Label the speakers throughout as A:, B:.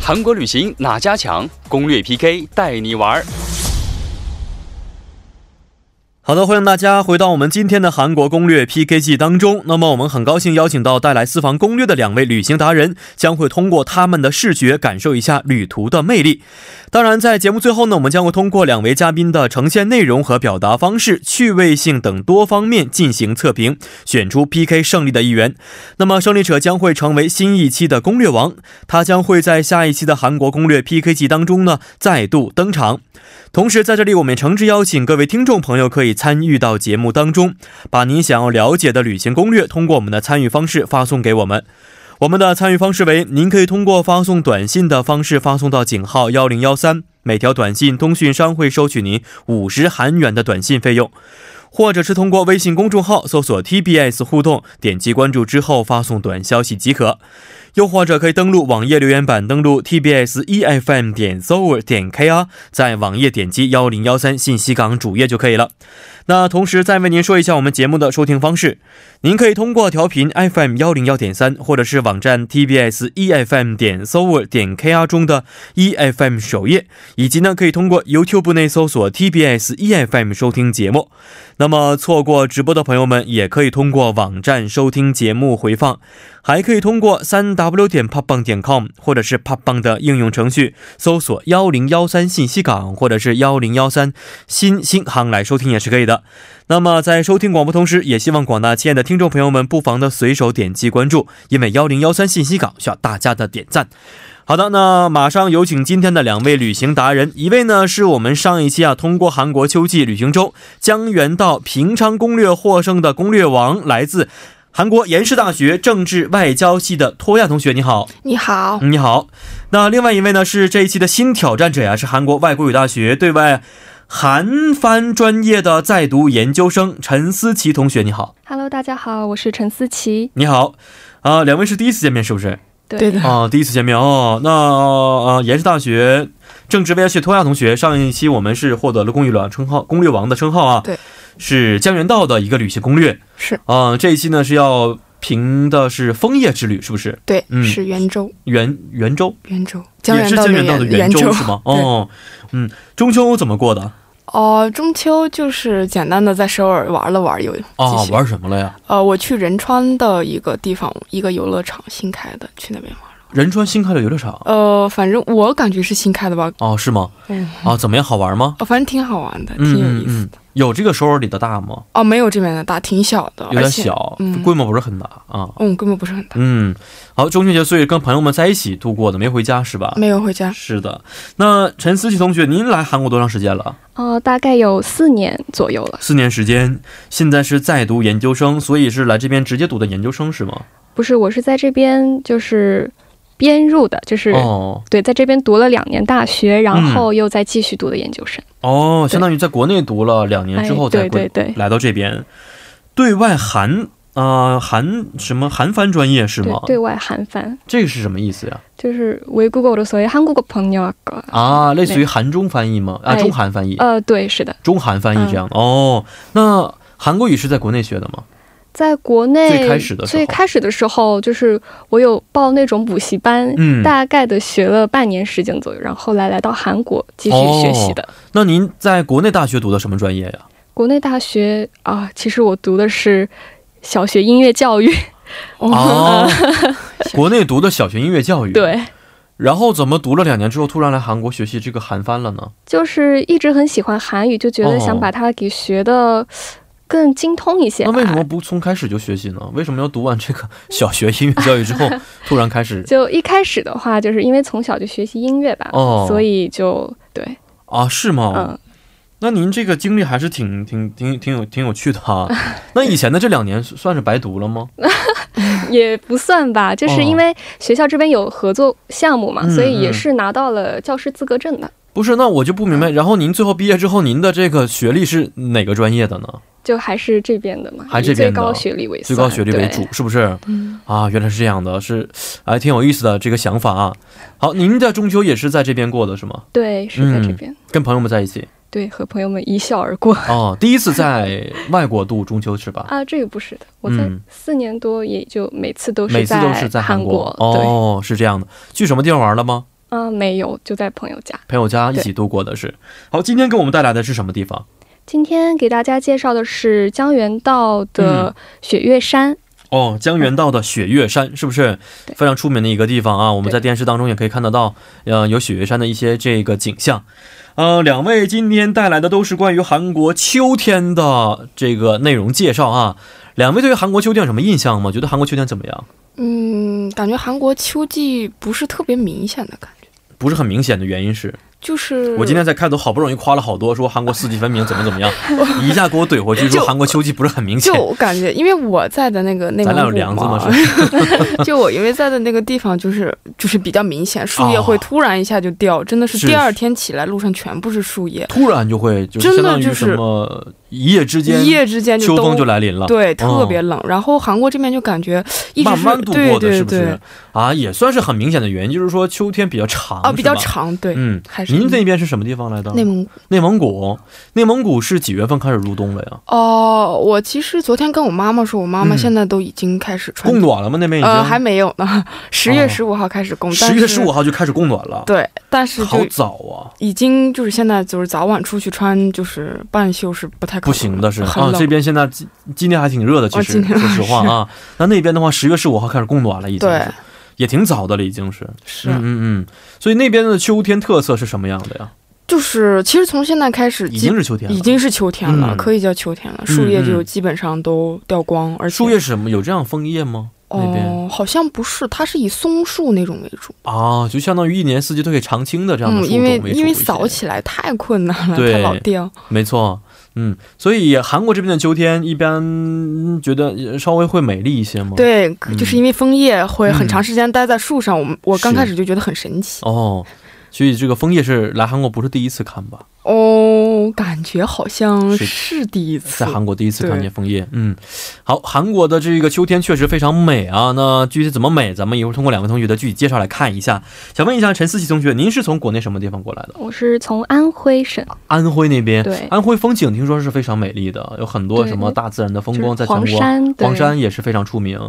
A: 韩国旅行哪家强？攻略 PK 带你玩儿。
B: 好的，欢迎大家回到我们今天的韩国攻略 PK 季当中。那么，我们很高兴邀请到带来私房攻略的两位旅行达人，将会通过他们的视觉感受一下旅途的魅力。当然，在节目最后呢，我们将会通过两位嘉宾的呈现内容和表达方式、趣味性等多方面进行测评，选出 PK 胜利的一员。那么，胜利者将会成为新一期的攻略王，他将会在下一期的韩国攻略 PK 季当中呢再度登场。同时，在这里我们也诚挚邀请各位听众朋友可以参与到节目当中，把您想要了解的旅行攻略通过我们的参与方式发送给我们。我们的参与方式为：您可以通过发送短信的方式发送到井号幺零幺三，每条短信通讯商会收取您五十韩元的短信费用；或者是通过微信公众号搜索 TBS 互动，点击关注之后发送短消息即可。又或者可以登录网页留言板，登录 tbs efm E 点 s o r 点 kr，在网页点击幺零幺三信息港主页就可以了。那同时再为您说一下我们节目的收听方式，您可以通过调频 FM 幺零幺点三，或者是网站 tbs efm E 点 s o r 点 kr 中的 efm 首页，以及呢可以通过 YouTube 内搜索 tbs efm E 收听节目。那么错过直播的朋友们，也可以通过网站收听节目回放，还可以通过三 w 点 p o p b a n g 点 com 或者是 p o p b a n g 的应用程序搜索幺零幺三信息港或者是幺零幺三新星航来收听也是可以的。那么在收听广播同时，也希望广大亲爱的听众朋友们不妨的随手点击关注，因为幺零幺三信息港需要大家的点赞。好的，那马上有请今天的两位旅行达人，一位呢是我们上一期啊通过韩国秋季旅行周江原道平昌攻略获胜的攻略王，来自韩国延世大学政治外交系的托亚同学，你好，嗯
C: 你好，
B: 你好。那另外一位呢是这一期的新挑战者呀、是韩国外国语大学对外韩翻专业的在读研究生陈思琪同学，你好，
D: Hello，大家好，我是陈思琪。
B: 你好。啊、两位是第一次见面是不是？
D: 对
C: 对的，
B: 哦，第一次见面哦。那呃，延世大学政治 VS 托亚同学，上一期我们是获得了攻略王称号，攻略王的称号啊。
C: 对，
B: 是江原道的一个旅行攻略。
C: 是，
B: 啊、这一期呢是要评的是枫叶之旅，是不是？
C: 对，
B: 嗯
C: 是圆州，
B: 圆圆州
C: 圆州，江
B: 也
C: 原
B: 是
C: 道
B: 江原道的
C: 圆
B: 州
C: 州
B: 是吗？
C: 对
B: 哦，嗯，中秋怎么过的？
C: 哦，中秋就是简单的在首尔玩了玩游，
B: 哦
C: 继，续
B: 玩什么了呀？
C: 呃，我去仁川的一个地方，一个游乐场新开的，去那边玩。
B: 仁川新开的游乐场。
C: 呃，反正我感觉是新开的吧，
B: 哦，是吗？
C: 嗯，
B: 啊，怎么样？好玩吗？
C: 呃反正挺好玩的，挺
B: 嗯
C: 有
B: 嗯
C: 意思。
B: 嗯，有这个首尔里的大吗？
C: 哦，没有这边的大，挺小的，
B: 有
C: 而
B: 点
C: 且，
B: 小，
C: 嗯
B: 规模不是很大啊。
C: 嗯，规模不是很大，
B: 嗯，好，中秋节所以跟朋友们在一起度过的，没回家是吧？
C: 没有回家。
B: 是的。那陈思琪同学，您来韩国多长时间了？
D: 呃，大概有四年左右了，
B: 四年时间，现在是在读研究生，所以是来这边直接读的研究生是吗？
D: 不是，我是在这边就是编入的，就是、
B: 哦嗯
D: 对，在这边读了两年大学，然后又再继续读的研究生。
B: 哦，
D: 对
B: 相当于在国内读了两年之后才
D: 对
B: 过、
D: 对对
B: 来到这边，对外韩啊、呃韩什么韩翻专业是吗
D: 对，？对外韩翻
B: 这个是什么意思呀？
D: 就是외국어로서의한국어번역학과。
B: 啊，类似于韩中翻译吗？啊，
D: 哎
B: 中韩翻译，
D: 呃，嗯对，是的，
B: 中韩翻译这样的、哦。那韩国语是在国内学的吗？
D: 在国内
B: 最开始的时候
D: 最开始的时候，就是我有报那种补习班，
B: 嗯，
D: 大概的学了半年时间左右，然后后来来到韩国继续
B: 哦
D: 学习的。
B: 那您在国内大学读的什么专业呀？
D: 国内大学啊，其实我读的是小学音乐教育，
B: 哦，国内读的小学音乐教育。。
D: 对，
B: 然后怎么读了两年之后，突然来韩国学习这个韩翻了呢？
D: 就是一直很喜欢韩语，就觉得想把它给学的更精通一些
B: 那
D: 吧。
B: 为什么不从开始就学习呢？为什么要读完这个小学音乐教育之后，突然开始？
D: 就一开始的话，就是因为从小就学习音乐吧，
B: 哦
D: 所以就对，
B: 啊，是吗？
D: 嗯，
B: 那您这个经历还是挺挺挺挺有挺有趣的 哈、那以前的这两年算是白读了吗？
D: 嗯也不算吧，就是因为学校这边有合作项目嘛，
B: 哦嗯
D: 所以也是拿到了教师资格证的，
B: 不是，那我就不明
D: 嗯
B: 白。然后您最后毕业之后，您的这个学历是哪个专业的呢？
D: 就还是这边的嘛，
B: 还
D: 以
B: 这边
D: 最
B: 的
D: 高学历为
B: 最
D: 算
B: 高学历为主
D: 对，
B: 是不是？
C: 嗯，
B: 啊，原来是这样的，是，哎，挺有意思的这个想法啊。好，您的中秋也是在这边过的是吗？
D: 对，是在这
B: 嗯
D: 边。
B: 跟朋友们在一起
D: 对，和朋友们一笑而过
B: 哦，第一次在外国度中秋是吧？
D: 啊，这个不是的，我在
B: 嗯
D: 四年多也就每次都
B: 每
D: 是
B: 次都是在
D: 韩
B: 国哦
D: 对，
B: 哦，是这样的。去什么地方玩了吗？
D: 啊、没有，就在朋友家。
B: 朋友家一起度过的是。好，今天给我们带来的是什么地方？
D: 今天给大家介绍的是江原道的
B: 嗯
D: 雪月山，
B: 哦，江原道的雪月山是不是
D: 对
B: 非常出名的一个地方啊？我们
D: 对
B: 在电视当中也可以看得到，呃，有雪月山的一些这个景象。呃，两位今天带来的都是关于韩国秋天的这个内容介绍啊。两位对于韩国秋天有什么印象吗？觉得韩国秋天怎么样？
C: 嗯，感觉韩国秋季不是特别明显的感觉，
B: 不是很明显的原因是，
C: 就是
B: 我今天在开头好不容易夸了好多，说韩国四季分明怎么怎 么样，一下给我怼回去说
C: 就
B: 韩国秋季不是很明显
C: 就。 我感觉，因为我在的那个内
B: 咱俩有
C: 蒙古
B: 梁子吗？
C: 嘛，
B: 是
C: 就我因为在的那个地方，就是就是比较明显，树叶
B: 哦
C: 会突然一下就掉，真的是
B: 是
C: 第二天起来路上全部是树叶，
B: 突然就会就是
C: 真
B: 相
C: 的
B: 当于
C: 就是
B: 什么一夜之间
C: 一夜之间就
B: 秋
C: 都
B: 风就来临了，哦
C: 对，特别冷。然后韩国这边就感觉一直
B: 慢
C: 是
B: 慢度过的，
C: 对
B: 是
C: 对
B: 不是
C: 对，
B: 啊？也算是很明显的原因，就是说秋天比较长
C: 啊，比较。
B: 是吧
C: 长，对，
B: 嗯，
C: 还是
B: 您那边是什么地方来的？
C: 内蒙古。
B: 内蒙古，内蒙古是几月份开始入冬了呀？
C: 哦，我其实昨天跟我妈妈说，我妈妈
B: 嗯
C: 现在都已经开始穿
B: 供，暖了吗？那边已经
C: 呃，还没有呢，十
B: 哦
C: 月十五号开始供，但
B: 十月
C: 是
B: 十五号就开始供暖了，
C: 对，但是
B: 好
C: 就
B: 早啊！
C: 已经就是现在就是早晚出去穿就是半袖是不太可能
B: 不行的是
C: 很
B: 啊
C: 冷，，
B: 这边现在今今天还挺热的，其
C: 哦
B: 实
C: 今天
B: 说实话啊，那那边的话，十月十五号开始供暖了，已经
C: 对
B: 是也挺早的了，已经是，
C: 是、
B: 嗯嗯嗯，所以那边的秋天特色是什么样的呀？
C: 就是其实从现在开始
B: 已经
C: 基
B: 是秋天了，
C: 已经是秋天了、
B: 嗯
C: 可以叫秋天了，树叶就基本上都掉光，而且
B: 树叶是什么？有这样枫叶吗？那边
C: 哦好像不是，它是以松树那种为主，
B: 啊，就相当于一年四季都可以常青的这样的
C: 嗯
B: 树，种
C: 因为
B: 为主
C: 因为
B: 一些
C: 扫起来太困难了，
B: 对
C: 它老掉。
B: 没错，嗯，所以韩国这边的秋天一般觉得稍微会美丽一些吗？，
C: 对
B: 嗯，
C: 就是因为枫叶会很
B: 嗯
C: 长时间待在树上，我们我刚
B: 是
C: 开始就觉得很神奇
B: 哦，所以这个枫叶是来韩国不是第一次看吧？
C: 哦，感觉好像
B: 是
C: 是第一次
B: 在。韩国第一次看
C: 对
B: 见枫叶，嗯，好，韩国的这个秋天确实非常美啊。那具体怎么美，咱们一会儿通过两位同学的具体介绍来看一下。想问一下陈思琪同学，您是从国内什么地方过来的？
D: 我是从安徽省，
B: 安徽那边，
D: 对
B: 安徽风景听说是非常美丽的，有很多
D: 对
B: 什么大自然的风光
D: 就
B: 在
D: 是
B: 全
D: 黄
B: 国。
D: 山，对
B: 黄山也是非常出名，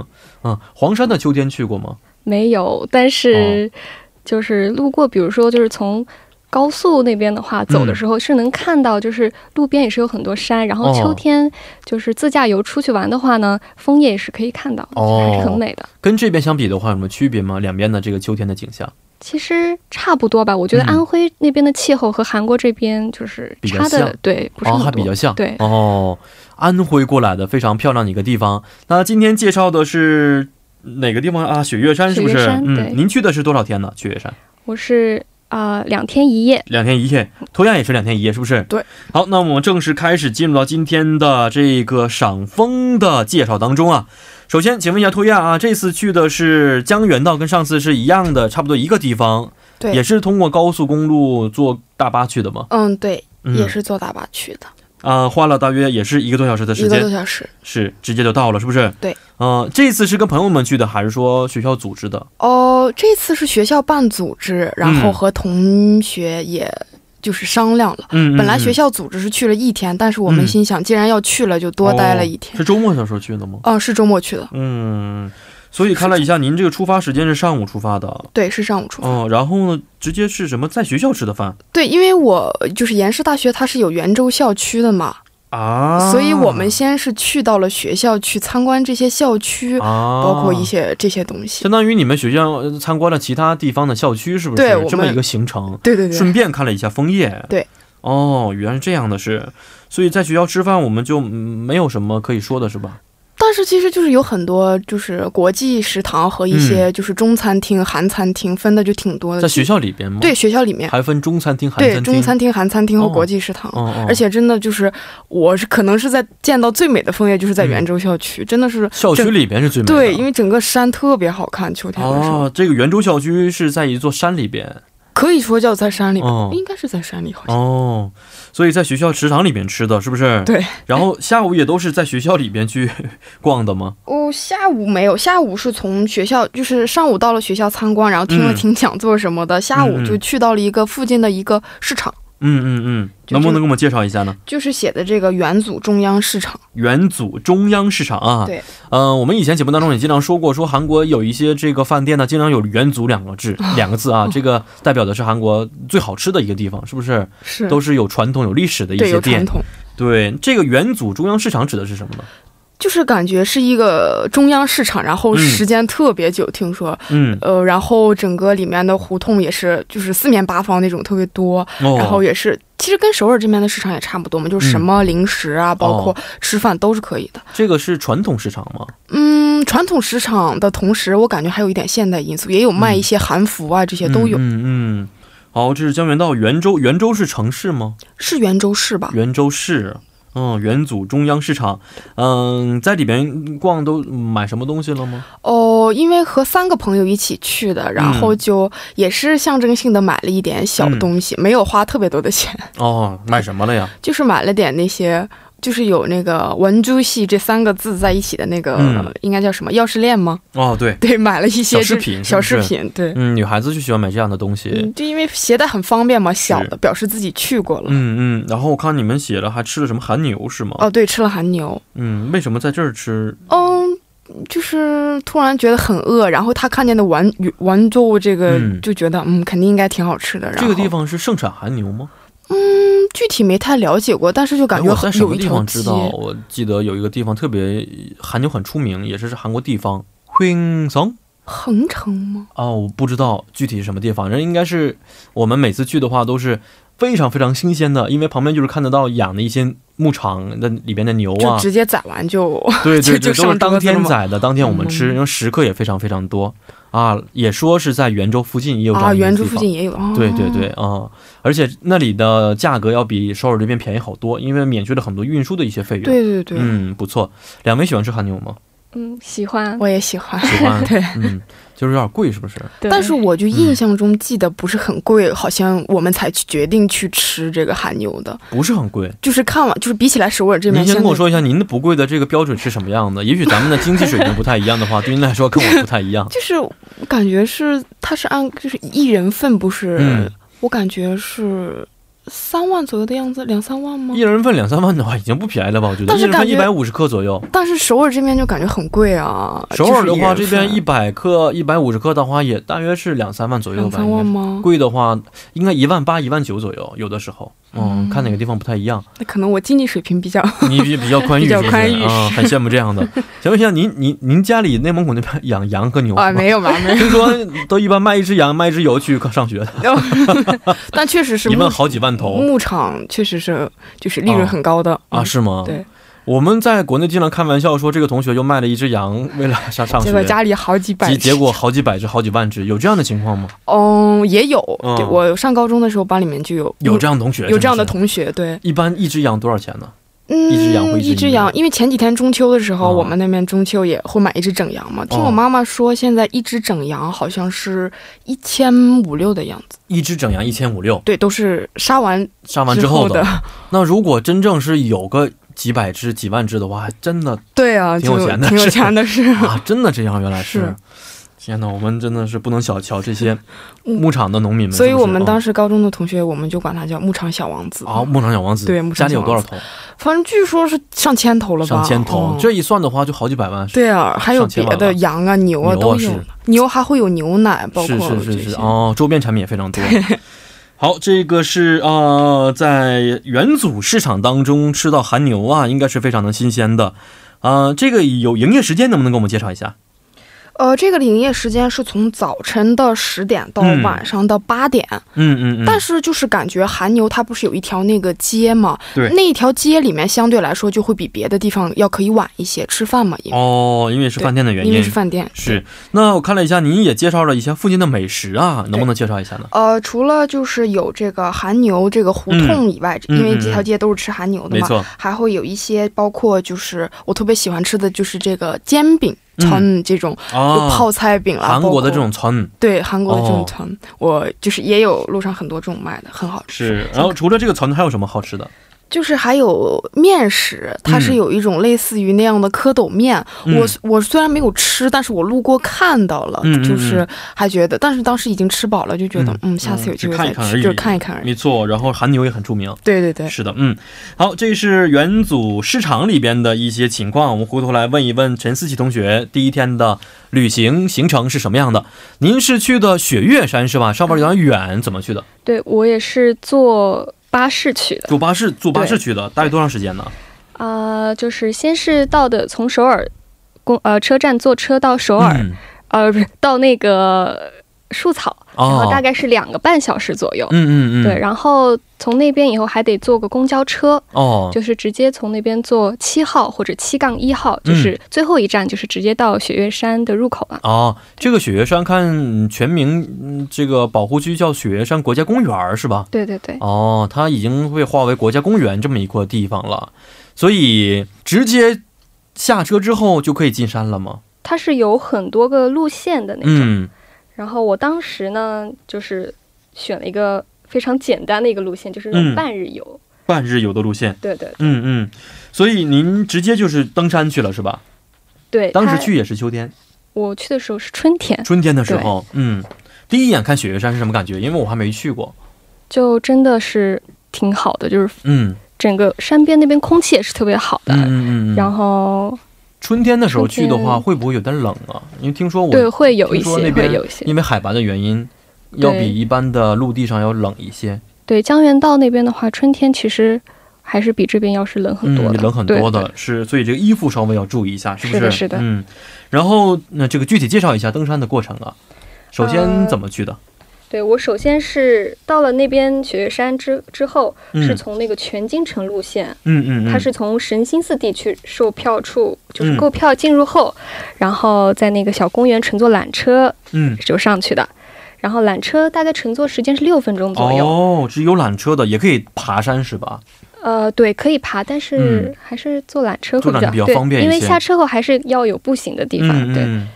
B: 嗯，黄山的秋天去过吗？
D: 没有，但是
B: 哦
D: 就是路过，比如说就是从。高速那边的话，走的时候是能看到，就是路边也是有很多山，然后
B: 嗯哦
D: 秋天就是自驾游出去玩的话呢，枫叶也是可以看到的，
B: 哦
D: 还是很美的。
B: 跟这边相比的话，有什么区别吗？两边的这个秋天的景象
D: 其实差不多吧，我觉得
B: 嗯
D: 安徽那边的气候和韩国这边就是
B: 比较
D: 差的
B: 像，
D: 对，不是
B: 哦，还
D: 很
B: 比
D: 多。
B: 较像，
D: 对
B: 哦，安徽过来的非常漂亮的一个地方。那今天介绍的是哪个地方啊？雪月山是不
D: 雪
B: 是
D: 月山？对
B: 嗯，您去的是多少天呢？雪月山
D: 我是啊、呃两天一夜，
B: 两天一夜，同样也是两天一夜，是不是？
C: 对。
B: 好，那我们正式开始进入到今天的这个赏枫的介绍当中啊。首先，请问一下托亚啊，这次去的是江原道，跟上次是一样的，差不多一个地方，
C: 对
B: 也是通过高速公路坐大巴去的吗？
C: 嗯，对，
B: 嗯，
C: 也是坐大巴去的，
B: 啊、花了大约也是一个多小时的时
C: 一个
B: 间
C: 多，小时。
B: 是直接就到了，是不是？
C: 对。
B: 呃，这次是跟朋友们去的，还是说学校组织的？
C: 哦，这次是学校办组织，然后
B: 嗯
C: 和同学也就是商量了。
B: 嗯
C: 本来学
B: 校
C: 校组织是去了一天，但是我
B: 嗯
C: 们
B: 哦
C: 心想，既然要去了，就多待了一天。
B: 是周末的时候去的吗？
C: 嗯，是周末去的，
B: 嗯，所以看了一下，您这个出发时间是上午出发的，
C: 对，是上午出发。
B: 哦、然后呢，直接是什么在学校吃的饭
C: 对，因为我就是延世大学，它是有圆州校区的嘛，
B: 啊？
C: 所以我们先是去到了学校去参观这些校区，
B: 啊，
C: 包括一。些这些东西。
B: 相当于你们学校呃参观了其他地方的校区，是不是？
C: 对我们
B: 这么一个行程，
C: 对对对
B: 顺，便看了一下枫叶。
C: 对，
B: 哦，原来是这样的是，所以在学校吃饭，我们就嗯没有什么可以说的，是吧？
C: 但是其实就是有很多就是国际食堂和一些就是中餐厅、韩餐厅分的就挺多的。
B: 嗯在学校里边吗？
C: 呃对学校里面，
B: 还分中餐嗯厅、韩餐
C: 对
B: 厅。
C: 中餐厅、韩餐厅和
B: 哦
C: 国际食堂。
B: 哦哦，
C: 而且真的就是，我是可能是在见到最美的枫叶，就是在
B: 嗯
C: 圆州校区，真的是
B: 校区里边是最美的。
C: 对，因为整个山特别好看，秋天的时候、
B: 哦，这个圆州校区是在一座山里边
C: 可以说叫在山里吧，
B: 哦
C: 应该是在山里，好像、
B: 哦，所以在学校食堂里边吃的，是不是？
C: 对。
B: 然后下午也都是在学校里边去 逛的吗？
C: 哦，下午没有，下午是从学校，就是上午到了学校参观，然后听了
B: 嗯
C: 听讲座什么的，下午
B: 嗯嗯
C: 就去到了一个附近的一个市场，
B: 嗯嗯嗯，
C: 就
B: 能不
C: 这
B: 能给我们介绍一下呢？
C: 就是写的这个元祖中央市场。
B: 元祖中央市场啊，
C: 对，
B: 呃，我们以前节目当中也经常说过，说韩国有一些这个饭店呢，经常有“元祖”两个 字，两个字啊，这个代表的是韩国最好吃的一个地方，是不是？
C: 是
B: 都是有传统、有历史的一
C: 嗯对
B: 些
C: 有传
B: 店。
C: 统，
B: 对，这个元祖中央市场指的是什么呢？
C: 就是感觉是一个中央市场，然后
B: 嗯
C: 时间特别久，听说，
B: 嗯，
C: 呃，然后整个里面的胡同也是就是四面八方那种特别多，
B: 哦，
C: 然后也是。其实跟首尔这边的市场也差不多嘛，就是什
B: 嗯
C: 么零食
B: 哦
C: 啊，包括吃饭都是可以的。
B: 这个是传统市场吗？
C: 嗯，传统市场的同时，我感觉还有一点现代因素，也有卖一些韩服啊，这些都
B: 嗯
C: 有。
B: 嗯。嗯好，这是江原道元州，元州是城市吗？
C: 是袁州市吧？
B: 元州市，嗯，元祖中央市场，嗯，在里边逛都买什么东西了吗？
C: 哦，因为和三个朋友一起去的，然后
B: 嗯
C: 就也是象征性的买了一点小东西，没有花特别多的钱，
B: 哦，买什么了呀？
C: 就是买了点那些。就是有那个文珠系这三个字在一起的那个，
B: 嗯
C: 应该叫什么钥匙链吗？
B: 哦，对，
C: 对，买了一些
B: 小饰
C: 就
B: 品
C: 小
B: 是
C: 饰
B: 不是
C: 品，对，
B: 嗯，女孩子就喜欢买这样的东西。
C: 嗯，就因为携带很方便嘛，小的表示自己去过了。
B: 嗯嗯，然后我看你们写了还吃了什么韩牛是吗？
C: 哦，对，吃了韩牛，
B: 嗯，为什么在这儿吃？
C: 嗯，就是突然觉得很饿，然后他看见的丸丸粥这个
B: 嗯
C: 就觉得嗯肯定应该挺好吃的。然后嗯
B: 这个地方是盛产韩牛吗？
C: 具体没太了解过，但是就感
B: 哎
C: 觉
B: 我在什
C: 有
B: 么
C: 一
B: 地
C: 条
B: 方知
C: 街
B: 道？我记得有一个地方特别韩牛很出名，也是韩国地方。惠성성
C: 横城吗？
B: 啊，我不知道具体是什么地方，人应该是我们每次去的话都是非常非常新鲜的，因为旁边就是看得到养的一些牧场那里边的牛
C: 就
B: 啊，
C: 直接宰完就
B: 对对
C: 就
B: 对，
C: 就
B: 都是
C: 上桌
B: 当
C: 子了
B: 天
C: 吗
B: 宰的，当天我们吃，
C: 嗯
B: 因为食客也非常非常多啊，也说是在袁州附近也有这样
C: 啊，
B: 的一个
C: 原
B: 地
C: 著附
B: 方
C: 近也有。哦
B: 对对对，啊、而且那里的价格要比首尔这边便宜好多，因为免去了很多运输的一些费用。，
C: 对对对，
B: 嗯，不错。两位喜欢吃韩牛吗？
D: 嗯，喜欢。
C: 我也喜欢。。
B: 喜欢
C: 对，
B: 嗯，就是有点贵，是不是？
D: 对
C: 但是我就印象中记得不是很
B: 嗯
C: 贵，好像我们才去决定去吃这个韩牛的，
B: 不是很贵。
C: 就是看完就是比起来首尔这边
B: 您先
C: 相
B: 跟我
C: 对
B: 说一下您的不贵的这个标准是什么样的？也许咱们的经济水平不太一样的 话，对您来说跟我不太一样。
C: 就是感觉是它是按就是一人份不 是，
B: 嗯
C: 我感觉是三万左右的样子，两三万吗
B: 一？人份两三万的话，已经不便宜了吧？我觉得
C: 嗯但
B: 一
C: 是
B: 人份
C: 感
B: 一
C: 觉
B: 百五十克左右。
C: 但是首尔这边就感觉很贵啊。
B: 首尔的话，
C: 就
B: 这
C: 是人
B: 边一
C: 份啊
B: 百克、一百五十克的话，也大约是两三万左右
C: 两
B: 吧。
C: 三
B: 应该
C: 万
B: 是
C: 吗？
B: 贵的话，应该一万八、一万九左右，有的时候，嗯，看哪个地方不太一样。
C: 那可能我经济水平 比较
B: 你比比较宽裕，
C: 比较
B: 是不是
C: 宽裕
B: 啊，很羡慕这样 的。想问一下，您您您家里内蒙古那边养羊和牛吗？
C: 啊，没有吧，没有。
B: 听说都一般卖一只羊，卖一只牛去上学的，
C: 但确实是
B: 一问
C: 牧
B: 好几万头
C: 牧场确实是就是利润很高的
B: 啊？
C: 嗯
B: 是吗？
C: 对，
B: 我们在国内经常开玩笑说，这个同学又卖了一只羊，为了上上
C: 结果
B: 学。
C: 家里好几百
B: 结
C: 只。
B: 结果好几百只、好几万只，有这样的情况吗？
C: 嗯，也有。对
B: 嗯
C: 我上高中的时候，班里面就有
B: 有这样的同学，
C: 有这样的
B: 真是。
C: 同学，对，
B: 一般一只羊多少钱呢？
C: 嗯，
B: 一只羊会一只
C: 一只羊，因为前几天中秋的时候，
B: 哦
C: 我们那边中秋也会买一只整羊嘛。听
B: 哦
C: 我妈妈说，现在一只整羊好像是一千五六的样子。
B: 一只整羊一千五六，
C: 对，都是杀完
B: 杀完之
C: 之
B: 后
C: 的。
B: 那如果真正是有个几百只、几万只的话，还真 的
C: 对啊，
B: 挺有
C: 就
B: 钱的
C: 挺有
B: 是
C: 钱的是。
B: 啊，真的这样，原来是。
C: 是
B: 天哪，我们真的是不能小瞧这 些牧场的农民们。
C: 嗯所以我们当
B: 时
C: 时高中的同学，我们就管他叫牧场小王子
B: 啊，牧场小王子，
C: 对牧
B: 家
C: 场
B: 里有多少头？
C: 反正据说是上千头了吧？
B: 上千头、
C: 嗯
B: 这一算的话就好几百万。
C: 对啊，还有
B: 上千
C: 别
B: 万了
C: 的羊啊、牛啊
B: 牛啊
C: 都有
B: 是，
C: 牛还会有牛奶，包
B: 是
C: 括这
B: 是
C: 些。嗯
B: 是是哦，周边产品也非常 多。好，这个是呃，在元祖市场当中吃到韩牛啊，应该是非常的新鲜的。啊、这个有营业时间，能不能给我们介绍一下？
C: 呃，这个营业时间是从早晨的十点到
B: 嗯
C: 晚上的八点，
B: 嗯嗯嗯，
C: 但是就是感觉韩牛它不是有一条那个街嘛，
B: 对
C: 那一条街里面相对来说就会比别的地方要可以晚一些吃饭嘛，因为、
B: 哦，因为是饭店的原
C: 因为
B: 因
C: 是，饭店。
B: 是。那我看了一下，您也介绍了一下附近的美食啊，能不能介绍一下呢？
C: 呃，除了就是有这个韩牛这个胡同以外，
B: 嗯
C: 因为
B: 嗯
C: 这条街都是吃韩牛的
B: 没
C: 嘛，
B: 错，
C: 还会有一些包括就是我特别喜欢吃的就是这个煎饼。
B: 嗯
C: 团这种
B: 啊，
C: 就泡菜饼啦，
B: 韩国的
C: 包括
B: 这种村
C: 对韩国的这
B: 哦
C: 种团，我就是也有路上很多这种卖的，很好吃。
B: 是，然后除了这个村还有什么好吃的？
C: 就是还有面食，它是有一种类似于那样的蝌蚪面。
B: 嗯
C: 我我虽然没有吃，但是我路过看到了，
B: 嗯嗯嗯
C: 就是还觉得，但是当时已经吃饱了，就觉得
B: 嗯
C: 嗯下次有机会
B: 嗯只看
C: 再
B: 一看而
C: 吃，
B: 已
C: 就是看一看而已。
B: 没错。然后韩牛也很著名，
C: 对对
D: 哎
C: 对，
B: 是的，嗯，好，这是元祖市场里边的一些情况，我们回头来问一问陈思琪同学，第一天的旅行行程是什么样的？您是去的雪岳山是吧？上边有点远，怎么去的？
D: 对我也是坐巴士去的，
B: 坐巴士，坐巴士去的，大概多长时间呢？
D: 啊、就是先是到的从首尔公呃车站坐车到首尔，
B: 嗯，
D: 呃不是到那个树草，然后
B: 哦，
D: 大概是两个半小时左右。
B: 嗯嗯嗯，
D: 对，，然后从那边以后还得坐个公交车，
B: 哦，
D: 就是直接从那边坐七号或者七杠一号，
B: 嗯
D: 就是最后一站，就是直接到雪岳山的入口了。
B: 哦，这个雪岳山看全名，嗯这个保护区叫雪岳山国家公园儿是吧？
D: 对对对，
B: 哦，它已经被划为国家公园这么一块地方了，所以直接下车之后就可以进山了吗？
D: 它是有很多个路线的那种。
B: 嗯，
D: 然后我当时呢，就是选了一个非常简单的一个路线，就是那
B: 嗯
D: 种半日游。
B: 半日游的路线。
D: 对对
B: 嗯嗯，所以您直接就是登山去了是吧？
D: 对，
B: 当时
D: 它
B: 去也是秋天，
D: 我去的时候是春天，
B: 春天的时候。嗯，第一眼看雪岳山是什么感觉？因为我还没去过。
D: 就真的是挺好的，就是
B: 嗯
D: 整个山边那边空气也是特别好的。
B: 嗯嗯嗯。
D: 然
B: 后
D: 后
B: 春天的时候去的话，
D: 春天
B: 会不会有点冷啊？因为听说我
D: 对，会有一
B: 听说那
D: 些，
B: 边
D: 会有一些。
B: 因为海拔的原因，要比
D: 对
B: 一般的陆地上要冷一些。
D: 对，江原道那边的话，春天其实还是比这边要是冷很多的，
B: 嗯、冷很多
D: 对
B: 的，是，所以这个衣服稍微要注意一下，是不
D: 是的是的
B: 嗯，然后那这个具体介绍一下登山的过程啊。首先
D: 呃
B: 怎么去的？
D: 对我首先是到了那边雪岳山之之后，
B: 嗯
D: 是从那个全京城路线，
B: 嗯嗯嗯，
D: 它是从神心寺地区售票处，就是
B: 嗯
D: 购票进入后，然后在那个小公园乘坐缆车
B: 嗯
D: 就上去的。然后缆车大概乘坐时间是六分钟左右，
B: 哦，是有缆车的，也可以爬山是吧？
D: 呃，对，可以爬，但
B: 嗯
D: 是还是坐缆车
B: 坐
D: 会
B: 缆车比较
D: 对
B: 方便一
D: 因为
B: 些
D: 下车后还是要有步行的地方，
B: 嗯
D: 对。
B: 嗯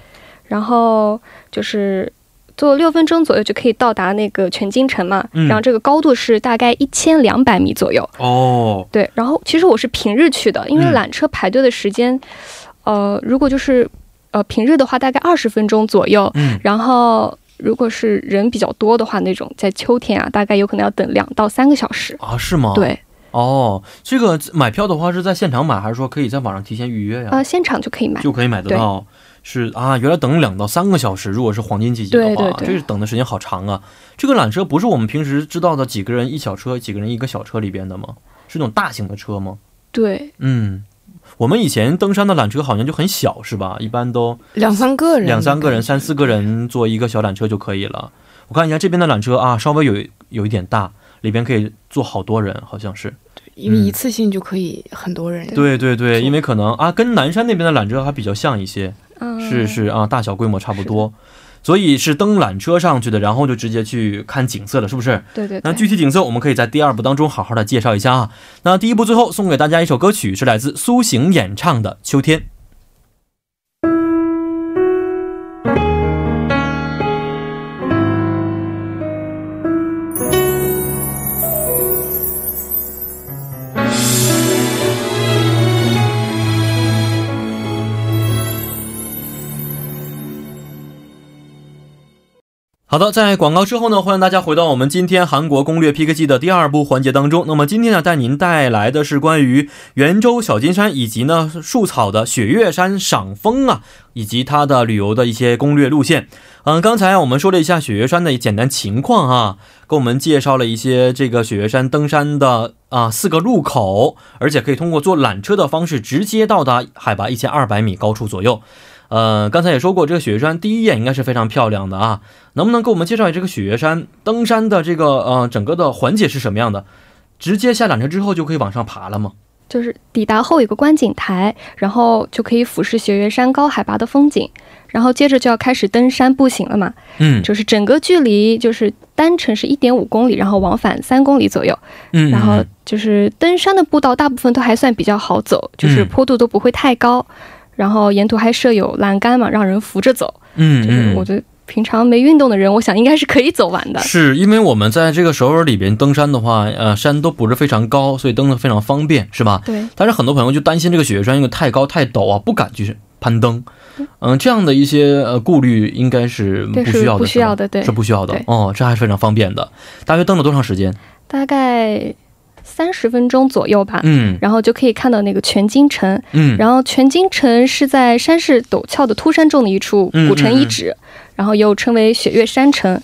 D: 然后就是坐六分钟左右就可以到达那个全京城嘛，
B: 嗯
D: 然后这个高度是大概一千两百米左右。
B: 哦，
D: 对，然后其实我是平日去的，因为
B: 嗯
D: 缆车排队的时间，呃，如果就是呃平日的话，大概二十分钟左右。
B: 嗯
D: 然后如果是人比较多的话，那种在秋天啊，大概有可能要等两到三个小时。
B: 啊是吗？，
D: 对，
B: 哦，这个买票的话是在现场买，还是说可以在网上提前预约呀？
D: 呃，现场就可以买。
B: 就可以买得到。是啊，原来等两到三个小时，如果是黄金季节的话，
D: 对对对
B: 这个等的时间好长啊。这个缆车不是我们平时知道的几个人一小车，几个人一个小车里边的吗？是那种大型的车吗？
D: 对，
B: 嗯，我们以前登山的缆车好像就很小，是吧？一般都
C: 两三个人，
B: 两三个人、三四个人坐一个小缆车就可以了。我看一下这边的缆车啊，稍微有有一点大，里边可以坐好多人，好像是。
C: 因为
B: 嗯
C: 一次性就可以很多人。
B: 对对对，因为可能啊，跟南山那边的缆车还比较像一些。
D: 嗯、
B: 是是啊，大小规模差不多，所以是登缆车上去的，然后就直接去看景色了，是不是？
D: 对对对
B: 那。具体景色我们可以在第二部当中好好的介绍一下啊。那第一部最后送给大家一首歌曲，是来自苏醒演唱的《秋天》。好的，在广告之后呢，欢迎大家回到我们今天韩国攻略 PK 季的第二部环节当中。那么今天呢，带您带来的是关于圆州小金山以及呢树草的雪岳山赏枫啊，以及它的旅游的一些攻略路线。嗯，刚才我们说了一下雪岳山的简单情况啊，给我们介绍了一些这个雪岳山登山的啊四个路口，而且可以通过坐缆车的方式直接到达海拔一千二百米高处左右。呃，刚才也说过，这个雪岳山第一眼应该是非常漂亮的啊。能不能给我们介绍一下这个雪岳山登山的这个呃整个的环节是什么样的？直接下缆车之后就可以往上爬了吗？
D: 就是抵达后有个观景台，然后就可以俯视雪岳山高海拔的风景，然后接着就要开始登山步行了嘛。
B: 嗯
D: 就是整个距离就是单程是一点五公里，然后往返三公里左右。
B: 嗯
D: 然后就是登山的步道大部分都还算比较好走，就是
B: 嗯
D: 坡度都不会太高，然后沿途还设有栏杆嘛，让人扶着走，
B: 嗯
D: 就是我觉得平常没运动的人，我想应该是可以走完的。
B: 是因为我们在这个首尔里边登山的话，呃，山都不是非常高，所以登的非常方便，是吧？
D: 对，
B: 但是很多朋友就担心这个雪山因为太高太陡啊，不敢去攀登。嗯，这样的一些呃顾虑应该是不
D: 对是
B: 需要的，
D: 不需
B: 是吧
D: 要的对
B: 是不需要的
D: 对
B: 哦，这还是非常方便的。大约登了多长时间？
D: 大概三十分钟左右吧。
B: 嗯
D: 然后就可以看到那个全金城，
B: 嗯，
D: 然后全金城是在山势陡峭的秃山中的一处
B: 嗯
D: 古城遗址，然后又称为雪月山城。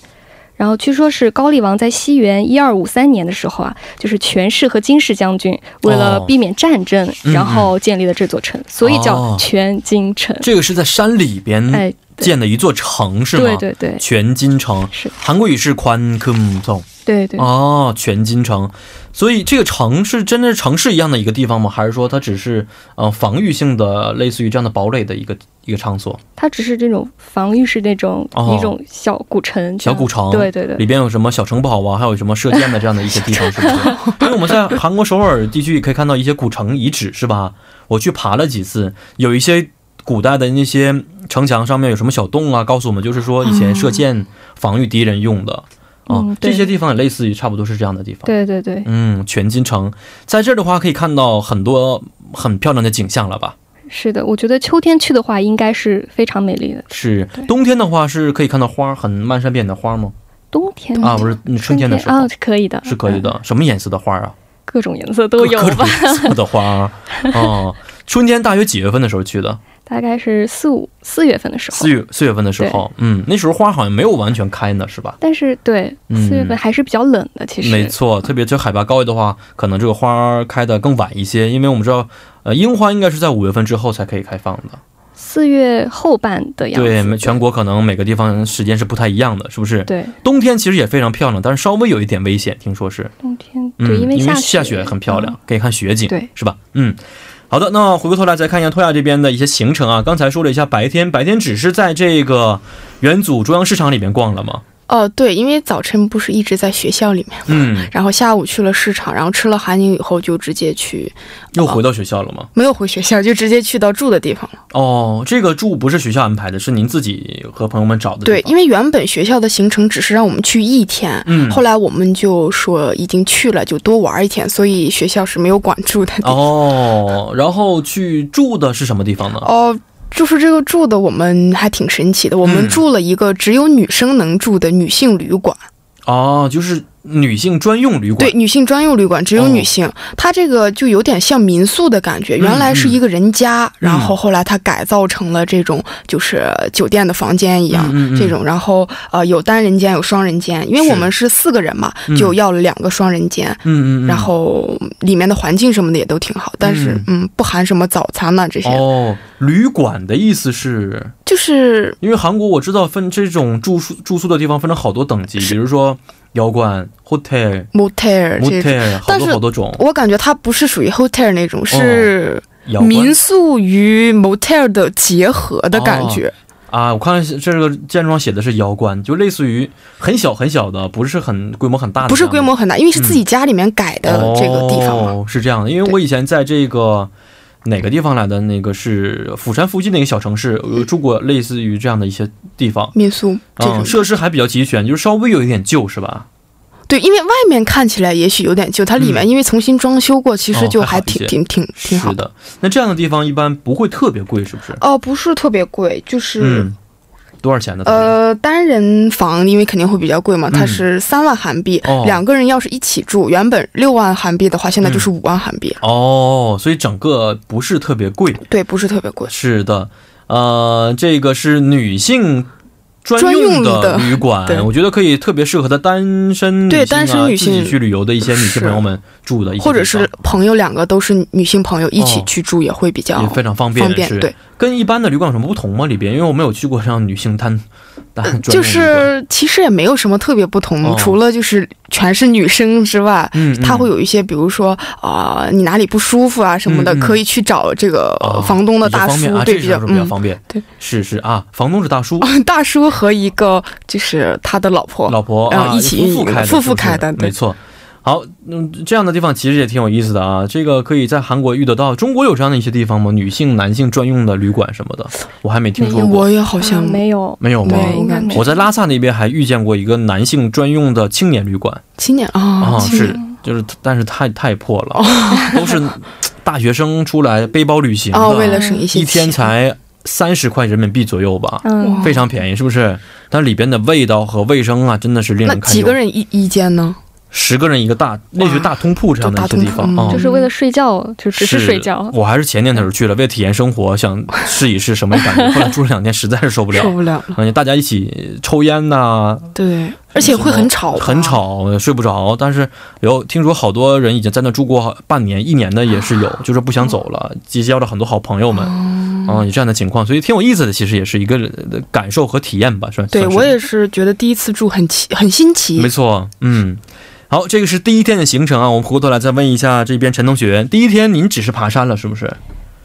D: 然后据说是高丽王在西元一二五三年的时候啊，就是权氏和金氏将军为了
B: 哦
D: 避免战争，
B: 嗯
D: 然后建立了这座城，所以
B: 哦
D: 叫全金城。
B: 这个是在山里边
D: 哎，对
B: 建的一座城，是吗？
D: 对对对
B: 全金城
D: 是
B: 韩国语是宽坑洞
D: 对对，
B: 哦，全金城。所以这个城是真的是城市一样的一个地方吗？还是说它只是呃防御性的，类似于这样的堡垒的一个一个场所？
D: 它只是这种防御是那种、
B: 哦
D: 一种小古城这
B: 小
D: 样，
B: 古城，
D: 对对对
B: 里边有什么小城堡啊，还有什么射箭的这样的一些地方，是不是？ 因为我们在韩国首尔地区也可以看到一些古城遗址，是吧？我去爬了几次，有一些古代的那些城墙上面有什么小洞啊，告诉我们就是说以前射箭防御敌人用的啊、
D: 嗯对
B: 这些地方也类似于差不多是这样的地方。
D: 对对对，
B: 嗯，全金城在这儿的话可以看到很多很漂亮的景象了吧？
D: 是的，我觉得秋天去的话，应该是非常美丽的。
B: 是
D: 对
B: 冬天的话是可以看到花，很漫山遍野的花吗？
D: 冬天
B: 啊，不是嗯春天的时候、
D: 啊，可以的，
B: 是可以
D: 嗯，
B: 的。什么颜色的花啊？
D: 各种颜色都有
B: 各各
D: 吧
B: 种。颜色的花啊、 哦春天大约几月份的时候去的？
D: 大概是四五四月份的时候
B: 四，月四月份的时候，嗯，那时候花好像没有完全开呢，是吧？
D: 但是对
B: 嗯
D: 四月份还是比较冷的，其实
B: 没错，特别就海拔高的话，可能这个花儿开的更晚一些，因为我们知道，呃，樱花应该是在五月份之后才可以开放的。
D: 四月后半的样子。
B: 对，每全国可能每个地方时间是不太一样的，是不是？
D: 对
B: 冬天其实也非常漂亮，但是稍微有一点危险，听说是。
D: 冬天，
B: 嗯，
D: 对，
B: 因
D: 为下嗯
B: 下雪很漂
C: 嗯
B: 亮，可以看雪景，
D: 对
B: 是吧？嗯，好的，那回过头来再看一下托亚这边的一些行程啊。刚才说了一下白天，白天只是在这个元祖中央市场里面逛了吗？
C: 呃，对，因为早晨不是一直在学校里面，
B: 嗯，
C: 然后下午去了市场，然后吃了韩宁以后就直接去，
B: 又回到学校了吗？
C: 没有回学校，就直接去到住的地方了。
B: 哦，这个住不是学校安排的，是您自己和朋友们找的地
C: 对
B: 方。，
C: 因为原本学校的行程只是让我们去一天，
B: 嗯
C: 后来我们就说已经去了，就多玩一天，所以学校是没有管住的地方。
B: 哦，然后去住的是什么地方呢？
C: 哦，就是这个住的，我们还挺神奇的。我们
B: 嗯
C: 住了一个只有女生能住的女性旅馆，
B: 哦，就是女性专用旅馆
C: 对，。女性专用旅馆，只有
B: 哦嗯
C: 女性。它这个就有点像民宿的感觉，原来是一个人家，然后后来它改造成了这种就是酒店的房间一样。
B: 嗯嗯嗯
C: 这种，然后呃，有单人间，有双人间，因为我们是四个人嘛，
B: 嗯
C: 就要了两个双人间，
B: 嗯嗯嗯。
C: 然后里面的环境什么的也都挺好，但是嗯不含什么早餐呐、这些，
B: 哦，旅馆的意思是
C: 就是
B: 因为韩国我知道分这种住宿住宿的地方分成好多等级，比如说摇滚 hotel、
C: motel 这种。
B: motel，好
C: 但
B: 多
C: 是
B: 好多种。
C: 我感觉它不是属于 hotel 那种，是
B: 摇
C: 民
B: 滚
C: 宿与 motel 的结合的感觉。
B: 啊，我看这个建筑上写的是摇滚，就类似于很小很小的，不是很规模很大的，
C: 不是规模很大，因为是自
B: 嗯
C: 己家里面改的这个地方嘛。
B: 哦，是这样的，因为我以前在这个。哪个地方来的？那个是釜山附近的一个小城市，我住过类似于这样的一些地方，
C: 民宿这种、
B: 嗯，设施还比较齐全，就是稍微有一点旧，是吧？
C: 对，因为外面看起来也许有点旧，它里面
B: 嗯
C: 因为重新装修过，其实就
B: 哦还好
C: 还
B: 一
C: 挺、
B: 些
C: 挺挺挺好
B: 是。的。那这样的地方一般不会特别贵，是不是？
C: 哦，不是特别贵，就是、
B: 嗯，多少钱呢？
C: 呃，单人房因为肯定会比较贵嘛，它是三万韩币、
B: 嗯哦嗯
C: 两个人要是一起住，原本六万韩币的话，现在就是五万韩币、
B: 哦，所以整个不是特别贵。
C: 对，不是特别贵。
B: 是的，呃，这个是女性。专用的
C: 专用的
B: 旅
C: 对
B: 馆，我觉觉得可以特别适合的单身女性啊、
C: 对单身女性
B: 自己去旅游的一些女性
C: 是
B: 朋友们住的一些地方，
C: 或者是朋友两个都是女性朋友一起去住也会比较
B: 哦也非常方便，
C: 呃方便，
B: 是
C: 对，
B: 跟一般的旅馆有什么不同吗？里边，因为我没有去过这样女性单单专用旅馆
C: 就是其实也没有什么特别不同，
B: 哦
C: 除了就是全是女生之外，
B: 嗯，嗯
C: 她会有一些比如说啊、呃你哪里不舒服啊什么的，
B: 嗯嗯
C: 可以去找这个
B: 哦
C: 房东的大
B: 比较方
C: 叔，
B: 便啊、
C: 对，
B: 这
C: 比
B: 是
C: 较
B: 不是比较
C: 嗯，
B: 方便，
C: 对，
B: 是是啊，房东是大叔，
C: 大叔和一个就是他的老婆，
B: 老婆
C: 然后
B: 啊
C: 一起
B: 夫妇开的，
C: 夫妇开的
B: 是不是
C: 对
B: 没错。好，嗯，这样的地方其实也挺有意思的啊。这个可以在韩国遇得到，中国有这样的一些地方吗？女性、男性专用的旅馆什么的，我还没听说过。
C: 哎我也好像
D: 啊没有，
B: 没有吗？
C: 没有
D: 应该没有。
B: 我在拉萨那边还遇见过一个男性专用的青年旅馆
C: 青年哦
B: 啊，
C: 啊，青
B: 是，就是但是太太破了，都是大学生出来背包旅行的，
C: 啊，为了省一哦些
B: 一天
C: 钱
B: 才三十块人民币左右吧，
D: 嗯
C: 哇，
B: 非常便宜，是不是？但里边的味道和卫生啊，真的是令
C: 那
B: 人堪忧。
C: 几个人一一间呢？
B: 十个人一个大，类似于大通铺这样的一些地方
C: 就大
B: 啊
C: 通铺嗯。
D: 就是为了睡觉，就只是睡觉。
B: 我还是前年的时候去了，为了体验生活，想试一试什么感觉。后来住了两天，实在是受不
C: 受
B: 了。
C: 不了了，
B: 而且大家一起抽烟呐、
C: 对，而且会很吵，
B: 很。吵，睡不着。但是有听说好多人已经在那住过半年、一年的也是有，就是不想走了，结交了很多好朋友们，
C: 哦
B: 嗯，有这样的情况，所以挺有意思的。其实也是一个呃感受和体验吧，算
C: 对
B: 算是
C: 我也是觉得第一次住很奇，很新奇
B: 没。错，嗯。好，这个是第一天的行程啊，我们回过头来再问一下这边陈同学，第一天您只是爬山了，是不是？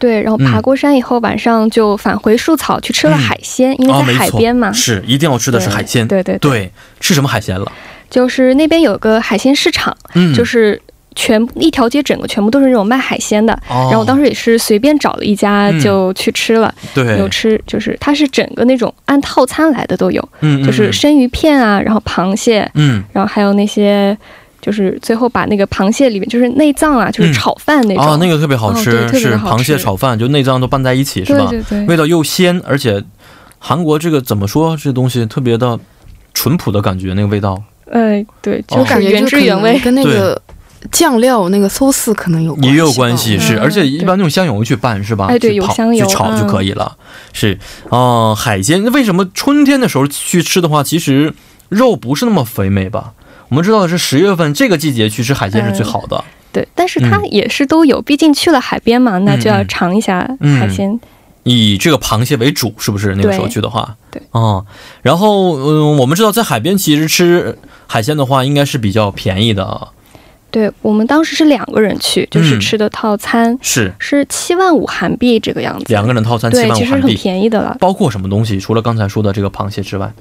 D: 对，然后
B: 嗯
D: 爬过山以后，晚上就返回树草去吃了海鲜，因为
B: 啊，
D: 在
B: 没
D: 海
B: 错
D: 边嘛。
B: 是一定要吃的是海鲜。
D: 对对，
B: 对，吃什么海鲜了？
D: 就是那边有个海鲜市场，
B: 嗯
D: 就是全一条街整个全部都是那种卖海鲜的。
B: 哦
D: 然后我当时也是随便找了一家
B: 嗯
D: 就去吃了，
B: 对，
D: 有吃就是它是整个那种按套餐来的都有，
B: 嗯，嗯
D: 就是生鱼片啊，然后螃蟹，
B: 嗯，
D: 然后还有那些就是最后把那个螃蟹里面就是内脏啊，就是
B: 嗯
D: 炒饭那种。
B: 啊，那个特别好
D: 哦
B: 吃，
D: 对特别
B: 是
D: 好
B: 螃蟹
D: 吃
B: 炒饭，就内脏都拌在一起，是
D: 对
B: 吧？
D: 对对，
B: 味道又鲜，而且韩国这个怎么说，这东西特别的淳朴的感觉，那个味道
D: 哎，对，
B: 哦
D: 就
C: 我感
D: 是
C: 觉
D: 原
C: 就
D: 汁
C: 可
D: 原
C: 能
D: 味。
C: 跟那个酱料那个馊四可能有
B: 也有关
C: 关
B: 系，
C: 吧
B: 是，
D: 嗯
B: 而且一
D: 对
B: 般用香油去拌是吧？
D: 哎对
B: 去
D: 有
B: 泡
D: 香油
B: 去炒就可以了。是，哦、海鲜那为什么春天的时候去吃的话，其实肉不是那么肥美吧？我们知道的是十月份这个季节去吃海鲜是最好的。
D: 对，但是它
B: 嗯
D: 也是都有，毕竟去了海边嘛，那就要
B: 嗯嗯
D: 尝一下海鲜。
B: 以这个螃蟹为主，是不是？那个时候去的话，
D: 对对
B: 哦、然后嗯，我们知道在海边其实吃海鲜的话，应该是比较便宜的啊，
D: 对我们当时是两个人去，就是
B: 嗯
D: 吃的套餐、
B: 是
D: 是七万五韩币这个样子，
B: 两个人套餐七
D: 对，
B: 万
D: 其
B: 五
D: 实
B: 韩
D: 很
B: 币，
D: 便宜的了。
B: 包括什么东西？除了刚才说的这个螃蟹之外，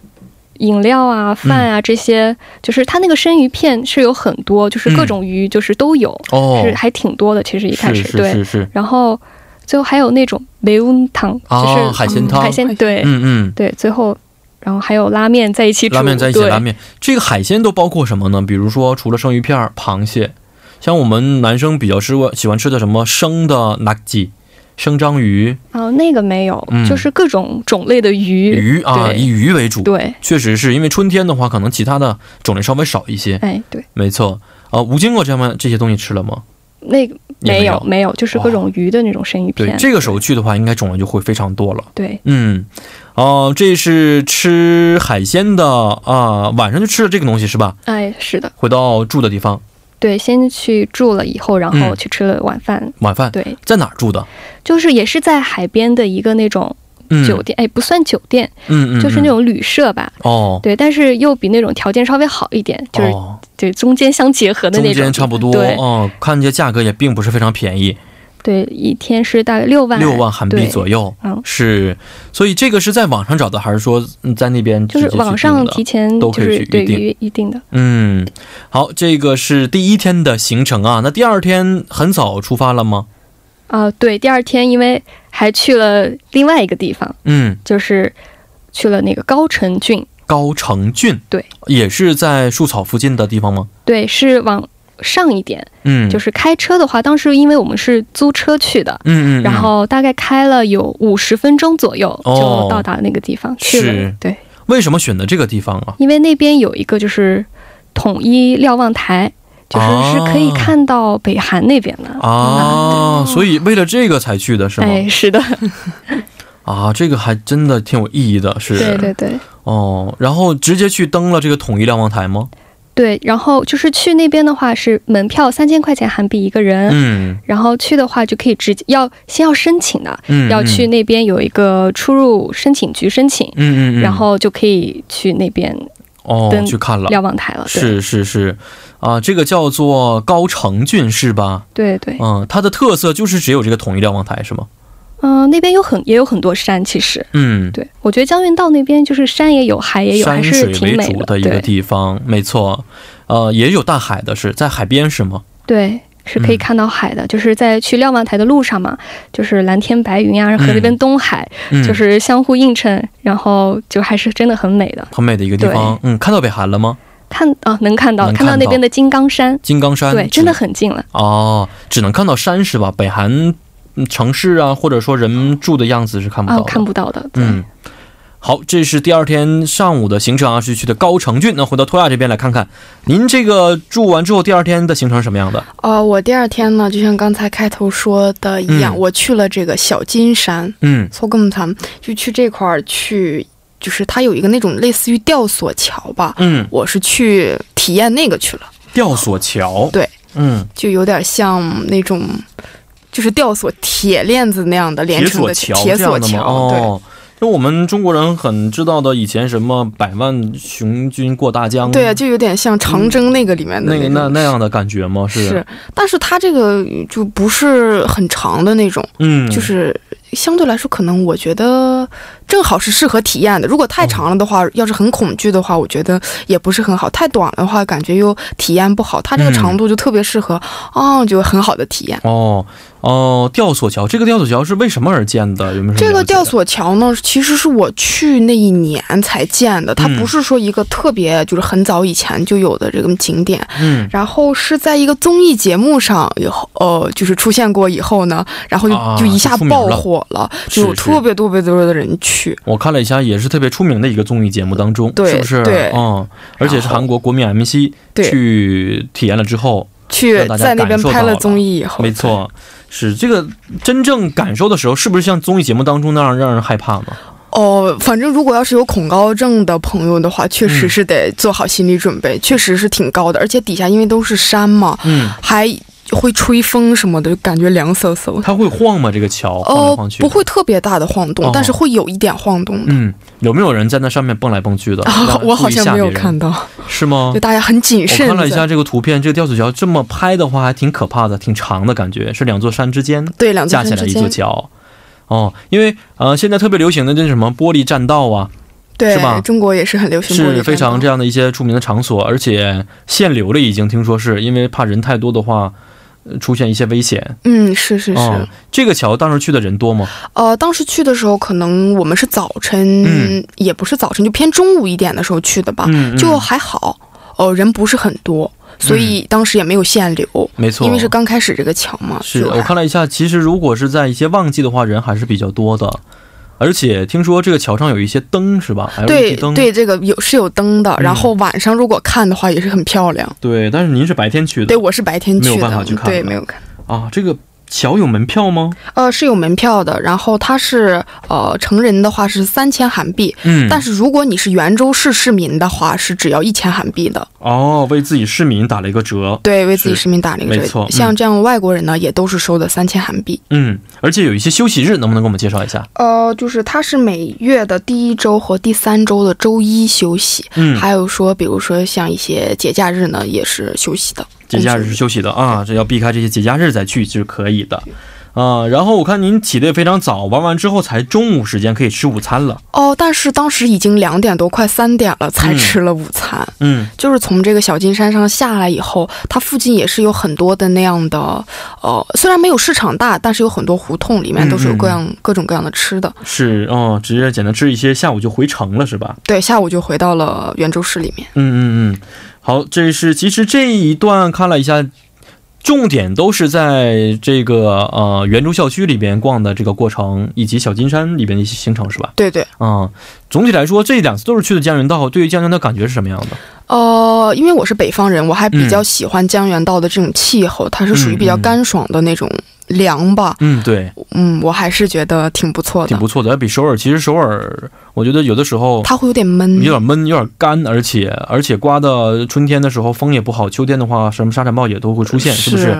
D: 饮料
B: 嗯
D: 啊、饭啊这些，就是它那个生鱼片是有很多，就是各种鱼就是都有，
B: 嗯哦
D: 是，还挺多的。其实一开始
B: 是是
D: 对，
B: 是是，
D: 然后最后还有那种梅温汤，
B: 哦
D: 就是
B: 海鲜汤
D: 海鲜对、
B: 嗯嗯，
D: 对，最后然后还有拉面在一起煮，
B: 拉面在一起，
D: 对
B: 拉面这个海鲜都包括什么呢？比如说除了生鱼片儿、螃蟹，像我们男生比较吃喜欢吃的什么生的 n a g 生章鱼、
D: 啊、那个没有、
B: 嗯
D: 就是各种种类的鱼，
B: 鱼啊，
D: 对
B: 以鱼为主，
D: 对，
B: 确实是因为春天的话，可能其他的种类稍微少一些。
D: 哎对，
B: 没错，啊、吴经过这么这些东西吃了吗？
D: 那个
B: 也
D: 没
B: 有哦
D: 有。没有，就是各种鱼的那种生鱼
B: 对
D: 片，，
B: 这个时候去的话，应该种类就会非常多了。
D: 对
B: 嗯，哦、这是吃海鲜的啊、晚上就吃了这个东西是吧？
D: 哎是的，
B: 回到住的地方，
D: 对，先去住了以后，然后
B: 嗯
D: 去吃了晚饭，
B: 晚饭
D: 对，
B: 在哪儿住的？
D: 就是也是在海边的一个那种
B: 嗯，
D: 酒店，哎不算酒店，
B: 嗯，嗯嗯，
D: 就是那种旅社吧。
B: 哦，
D: 对，但是又比那种条件稍微好一点，就是、
B: 哦、
D: 对中间相结合的
B: 中
D: 那种。
B: 间差不多
D: 对、
B: 哦，看这价格也并不是非常便宜，
D: 对，一天是大概六万
B: 六万韩币左
D: 右，
B: 右。
D: 嗯，
B: 是，所以这个是在网上找的，还是说嗯在那边直接
D: 就是
B: 去
D: 网
B: 订
D: 上
B: 的
D: 提前
B: 都
D: 就
B: 可以
D: 是
B: 去
D: 对
B: 预定
D: 于一定的。
B: 嗯，好，这个是第一天的行程啊。那第二天很早出发了吗？
D: 啊、对，第二天因为还去了另外一个地方，
B: 嗯，
D: 就是去了那个高城郡，
B: 高城郡，
D: 对，
B: 也是在树草附近的地方吗？
D: 对，是往上一点，
B: 嗯，，
D: 就是是开车的话，当时因为我们是租车去的，
B: 嗯嗯，嗯
D: 然后大概开了有五十分钟左右
B: 哦
D: 就到达那个地方、去了
B: 是。
D: 对，
B: 为什么选择这个地方啊？
D: 因为那边有一个就是统一瞭望台，就是
B: 啊
D: 是可以看到北韩那边的。
B: 啊，所以为了这个才去的哦是吗？
D: 嗯哎，是的，
B: 啊，这个还真的挺有意义的，是，
D: 对对对
B: 哦，然后直接去登了这个统一瞭望台吗？
D: 对。然后就是去那边的话，是门票三千块钱韩币一个人，
B: 嗯
D: 然后去的话就可以直接要先要申请的，
B: 嗯，
D: 要去
B: 嗯，
D: 那边有一个出入申请局申请，
B: 嗯嗯，嗯
D: 然后就可以去那边
B: 哦
D: 登
B: 去看了，
D: 瞭望台了。对
B: 是是是，啊，这个叫做高城郡是吧？
D: 对对，
B: 嗯，它的特色就是只有这个统一瞭望台是吗？
D: 嗯、那边有很也有很多山，其实
B: 嗯，
D: 对我觉得江原道那边就是山也有，海也有，还
B: 山
D: 是
B: 水
D: 挺
B: 为
D: 美
B: 主
D: 的
B: 一个
D: 对
B: 地方，没错。呃，也有大海的是在海边是吗？
D: 对，是可以
B: 嗯
D: 看到海的。就是在去瞭望台的路上嘛，就是蓝天白云啊呀、和那边东海、
B: 嗯，
D: 就是相互映衬，然后就还是真的很美的。
B: 很美的一个地方。嗯，看到北韩了吗？
D: 看啊、能看到
B: 能
D: 看到
B: 看
D: 那
B: 到
D: 边的金刚山，
B: 金刚山
D: 对，真的
B: 只
D: 很近了。
B: 哦，只能看到山是吧？北韩嗯城市啊，或者说人住的样子是看不
D: 啊、
B: 到的。
D: 看不到的，对
B: 嗯，好，这是第二天上午的行程啊，是去的高城郡。那回到托亚这边来看看，您这个住完之后第二天的行程是什么样的？
C: 呃，我第二天呢，就像刚才开头说的一样，
B: 嗯
C: 我去了这个小金山，
B: 嗯，
C: 错根们就去这块儿去，就是它有一个那种类似于吊索桥吧，
B: 嗯，
C: 我是去体验那个去了，
B: 吊索桥。
C: 对，
B: 嗯，
C: 就有点像那种。就是吊索铁链子那样的连
B: 铁
C: 成
B: 索
C: 的
B: 桥
C: 铁
B: 这样
C: 索
B: 的吗？
C: 桥，对，
B: 哦。就我们中国人很知道的，以前什么百万雄军过大江，
C: 对啊，就有点像长征那个里面的
B: 嗯那个
C: 种
B: 那那样的感觉吗？是，
C: 是，但是它这个就不是很长的那种，
B: 嗯，
C: 就是相对来说，可能我觉得正好是适合体验的。如果太长了的话，要是很恐惧的话，我觉得也不是很好；太短的话，感觉又体验不好。它这个
B: 嗯
C: 长度就特别适合，哦，就很好的体验。
B: 哦哦，吊索桥，这个吊索桥是为什么而建的？有没有什么
C: 这个
B: 嗯了解
C: 吊索桥呢，其实是我去那一年才建的，它
B: 嗯
C: 不是说一个特别就是很早以前就有的这个景点，
B: 嗯，
C: 然后是在一个综艺节目上以后，呃，就是出现过以后呢，然后就、
B: 啊
C: 就一下
B: 就出名
C: 爆
B: 了
C: 火了，
B: 是
C: 就有特别多特别多的人去。
B: 我看了一下，也是特别出名的一个综艺节目当中，
C: 对
B: 是不是？
C: 对
B: 嗯，而且是韩国国民 MC
C: 对
B: 去体验了之后，
C: 去
B: 让大家
C: 在那边
B: 感受
C: 拍
B: 到
C: 了
B: 了
C: 综艺以后，
B: 没错，是这个真正感受的时候，是不是像综艺节目当中那样让人害怕呢？
C: 哦，反正如果要是有恐高症的朋友的话，确实
B: 嗯
C: 是得做好心理准备，确实是挺高的，而且底下因为都是山嘛，
B: 嗯，
C: 还会吹风什么的，感觉凉飕飕。
B: 它会晃吗？这个桥晃来
C: 哦
B: 晃，去？
C: 不。会特别大的晃动，
B: 哦
C: 但是会有一点晃动的。
B: 嗯，有没有人在那上面蹦来蹦去的？让
C: 啊，
B: 人注
C: 我好
B: 意
C: 像
B: 吓
C: 没有
B: 别人
C: 看到，
B: 是吗
C: 就？大家很谨
B: 我
C: 慎。
B: 看了一下这个图片，这个吊索桥这么拍的话，还挺可怕的，挺长的感觉，是两座山之间
C: 对两座
B: 架起
C: 山
B: 来
C: 之
B: 一座
C: 间，
B: 桥。哦，因为呃，现在特别流行的那什么玻璃栈道啊，
C: 对
B: 是吧
C: 中国也是很流行玻璃栈道，
B: 是非常这样的一些著名的场所，而且限流了，已经听说是因为怕人太多的话。呃出现一些危险，
C: 嗯，是是是，
B: 哦这个桥当时去的人多吗？
C: 呃，当时去的时候，可能我们是早晨，
B: 嗯
C: 也不是早晨，就偏中午一点的时候去的吧，
B: 嗯
C: 就还好，哦、人不是很多，所以当时也没有限流，
B: 嗯没错，
C: 因为是啊刚开始这个桥嘛。
B: 是
C: 就还
B: 我看了一下，其实如果是在一些旺季的话，人还是比较多的，而且听说这个桥上有一些灯是吧
C: 对
B: ？LED 灯，
C: 对，这个有是有灯的，然后晚上如果看的话也是很漂亮。
B: 对但是您是白天去的
C: 对，我是白天
B: 没有
C: 去
B: 办法
C: 的，
B: 去看
C: 对，
B: 了
C: 没有看。
B: 啊？这个桥有门票吗？
C: 呃，是有门票的，然后它是呃成人的话是三千韩币，
B: 嗯
C: 但是如果你是圆州市市民的话是只要一千韩币的。
B: 哦，为自己市民打了一个折，
C: 对，为自己
B: 是
C: 市民打了一个
B: 没错
C: 折。
B: 嗯
C: 像这样外国人呢，也都是收的三千韩币。
B: 嗯，而且有一些休息日，能不能给我们介绍一下？
C: 呃，就是它是每月的第一周和第三周的周一休息，
B: 嗯，
C: 还有说，比如说像一些节假日呢，也是休息的。嗯
B: 节假日是休息的啊，这要避开这些节假日再去是可以的。啊、然后我看您起的也非常早，玩完之后才中午时间可以吃午餐了。
C: 哦，但是当时已经两点多，快三点了，才
B: 嗯
C: 吃了午餐。
B: 嗯，
C: 就是从这个小金山上下来以后，它附近也是有很多的那样的，呃，虽然没有市场大，但是有很多胡同里面都是有各样、
B: 嗯
C: 各种各样的吃的。
B: 是哦，直接简单吃一些，下午就回城了是吧？
C: 对，下午就回到了圆州市里面。
B: 嗯嗯嗯，好，这是其实这一段看了一下。重点都是在这个呃圆州校区里边逛的这个过程，以及小金山里边的一些行程，是吧？
C: 对对。
B: 嗯，总体来说，这两次都是去的江原道，对于江原道感觉是什么样的？
C: 呃，因为我是北方人，我还比较喜欢江原道的这种气候，它是属于比较干爽的那种凉吧。
B: 嗯，对，
C: 嗯，我还是觉得挺不错
B: 挺
C: 的。
B: 不错的，要比首尔。其实首尔，我觉得有的时候
C: 它会有点闷
B: 有，点闷，有点干，而且而且刮的春天的时候风也不好，秋天的话什么沙尘暴也都会出现，是不是？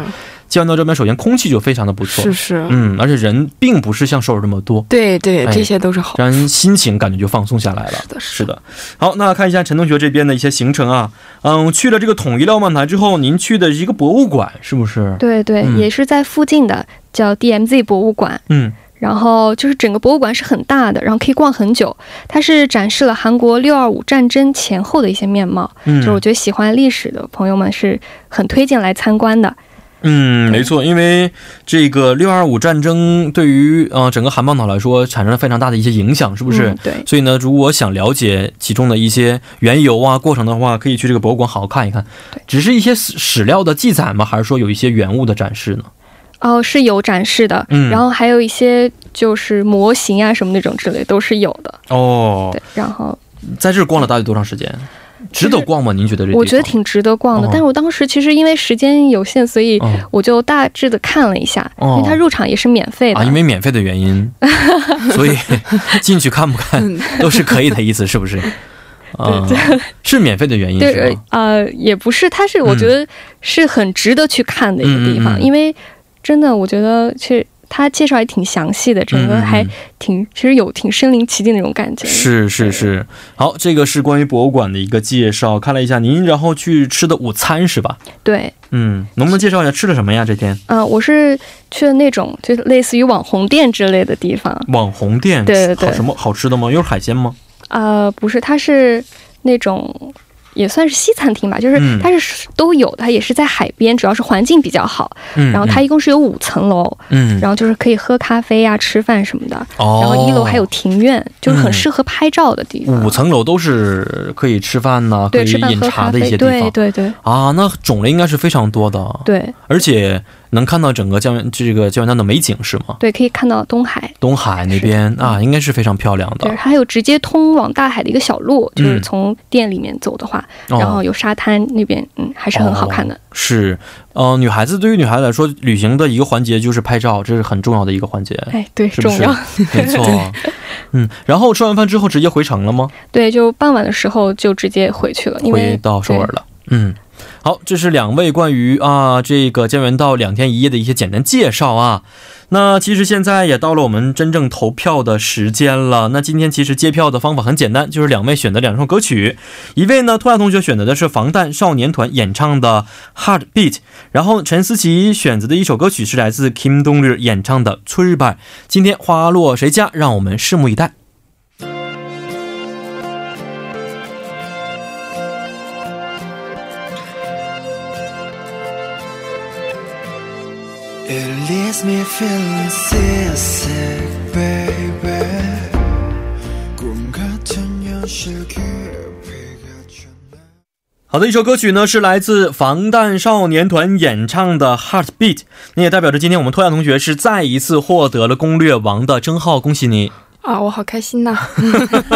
B: 江原道这边首先空气就非常的不错，
C: 是是，
B: 嗯，而且人并不是像首尔这么多，
C: 对对，
B: 哎
C: 这些都是好
B: 让人心情感觉就放松下来了。
C: 的。
B: 是的，好，那看一下陈同学这边的一些行程啊，嗯，去了这个统一瞭望台之后，您去的一个博物馆是不是？
D: 对对、
B: 嗯
D: 也是在附近的，叫 DMZ 博物馆。
B: 嗯，
D: 然后就是整个博物馆是很大的，然后可以逛很久。它是展示了韩国六二五战争前后的一些面貌，
B: 嗯
D: 就是我觉得喜欢历史的朋友们是很推荐来参观的。
B: 嗯，没错，因为这个六二五战争对于呃整个韩半岛来说产生了非常大的一些影响，是不是？
D: 嗯对，
B: 所以呢，如果想了解其中的一些缘由啊、过程的话，可以去这个博物馆好好看一看
D: 对。
B: 只是一些史史料的记载吗？还是说有一些原物的展示呢？
D: 哦、是有展示的，
B: 嗯
D: 然后还有一些就是模型啊什么那种之类都是有的。
B: 哦，
D: 对，然后
B: 在这儿逛了大概多长时间？值得逛吗？您觉得这？
D: 我觉得。挺值得逛的，
B: 哦
D: 但是我当时其实因为时间有限，所以
B: 哦
D: 我就大致的看了一下，
B: 哦
D: 因为它入场也是免费的。
B: 啊，因为免费的原 因，所以 进去看不
D: 嗯
B: 看都是可以的意思，是不 是？啊、是免费的原因是
D: 对
B: 吧？，
D: 呃，也不是，它是我觉得是很值得去看的一个地
B: 嗯嗯
D: 方，
B: 嗯嗯
D: 因为真的我觉得去它介绍还挺详细的，整个
B: 嗯嗯嗯
D: 还挺其实有挺身临其境那种感觉。
B: 是是是，好，这个是关于博物馆的一个介绍。看了一下您，然后去吃的午餐是吧？
D: 对，
B: 嗯，能不能介绍一下吃了什么呀？这天
D: 啊、我是去的那种就是类似于网红店之类的地方，
B: 网红店，
D: 对对对
B: 好什么好吃的吗？又是海鲜吗？
D: 呃，不是，它是那种也算是西餐厅吧，就是
B: 嗯
D: 它是都有，它也是在海边，主要是环境比较好。
B: 嗯，
D: 然后它一共是有五层楼，
B: 嗯，
D: 然后就是可以喝咖啡呀、吃饭什么的。
B: 哦，
D: 然后一楼还有庭院，就是很适合拍照的地方。
B: 五层楼都是可以吃饭呐、嗯可
D: 对，
B: 以
D: 吃饭
B: 饮
D: 喝
B: 茶
D: 咖
B: 的一
D: 啡，
B: 些地方
D: 对对对
B: 啊，那种类应该是非常多的，
D: 对
B: 而且能看到整个江原这个江原道的美景是吗？
D: 对，可以看到东海。
B: 东海那边啊，应该是非常漂亮
D: 对，
B: 的。
D: 还有直接通往大海的一个小路，就是
B: 嗯
D: 从店里面走的话，
B: 哦
D: 然后有沙滩那边，嗯，还是很好看的。
B: 是，呃，女孩子对于女孩子来说，旅行的一个环节就是拍照，这是很重要的一个环节，
D: 哎，对，
B: 是不
D: 重
B: 是
D: 要。？
B: 没错。嗯，然后吃完饭之后直接回城了吗？
D: 对，就傍晚的时候就直接回去了，因为
B: 回到首尔了。嗯，好，这是两位关于啊这个江原道两天一夜的一些简单介绍啊。那其实现在也到了我们真正投票的时间了。那今天其实接票的方法很简单，就是两位选择两首歌曲，一位呢，托亚同学选择的是防弹少年团演唱的《Hard Beat》，然后陈思琪选择的一首歌曲是来自 Kim Dong r 演唱的《吹吧》。今天花落谁家？让我们拭目以待。
E: It leaves me feeling seasick, baby. 꿈 같은 현실 깊이가 쳤네.
B: 好的，一首歌曲呢是来自防弹少年团演唱的《Heartbeat》，那也代表着今天我们托亚同学是再一次获得了攻略王的称号，恭喜你！
C: 啊，我好开心呐、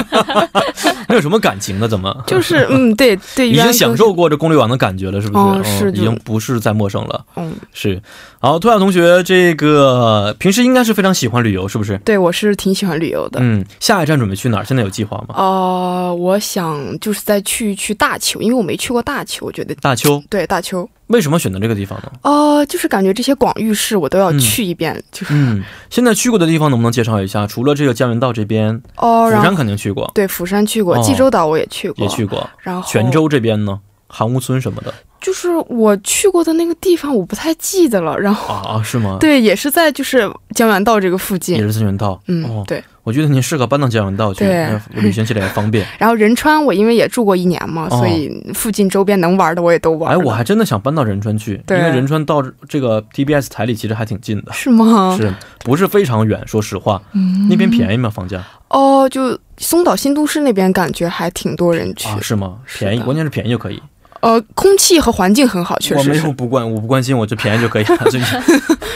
B: 没有什么感情了，怎么？
C: 就是嗯， 对对，
B: 已
C: 原
B: 经
C: 来就
B: 享受过这攻略王的感觉了，是不是？
C: 哦是
B: 已
C: 就
B: 经不是再陌生了。
C: 嗯，
B: 是，好，托亚同学，这个平时应该是非常喜欢旅游，是不是？
C: 对我是挺喜欢旅游的。
B: 嗯，下一站准备去哪儿？现在有计划吗？
C: 呃，我想就是再去去大邱，因为我没去过大邱，我觉得
B: 大邱，
C: 对大邱，
B: 为什么选择这个地方呢？
C: 哦、就是感觉这些广域市我都要
B: 嗯
C: 去一遍，就是
B: 嗯，现在去过的地方能不能介绍一下？除了这个江原道这边，
C: 哦，
B: 釜
C: 然
B: 山
C: 后
B: 肯定去过，
C: 对釜山去过
B: 哦，
C: 济州岛我也去过，
B: 也去过。
C: 然后
B: 泉州这边呢，韩屋村什么的
C: 就是我去过的那个地方我不太记得了，然后
B: 啊，是吗？，
C: 对，也是在就是江原道这个附
B: 也
C: 近，
B: 是江原道。
C: 嗯，
B: 哦，
C: 对，
B: 我觉得您适合搬到江原道去，
C: 对
B: 那旅行起来也方便。
C: 然后仁川我因为也住过一年嘛，所以附近周边能玩的我也都
B: 哦
C: 玩
B: 哎，
C: 了，
B: 我还真的想搬到仁川去，因
C: 对
B: 为仁川到这个 TBS 台里其实还挺近的，
C: 是嗯吗？
B: 是不是非常远？说实话，那边便宜吗？房价
C: 哦，就松岛新都市那边感觉还挺多人去，
B: 啊，是吗？
C: 是的
B: 便宜，关键是便宜就可以。
C: 呃，空气和环境很好，确
B: 我
C: 实
B: 没
C: 是
B: 有。不关，我不关心，我就便宜就可以 了。最近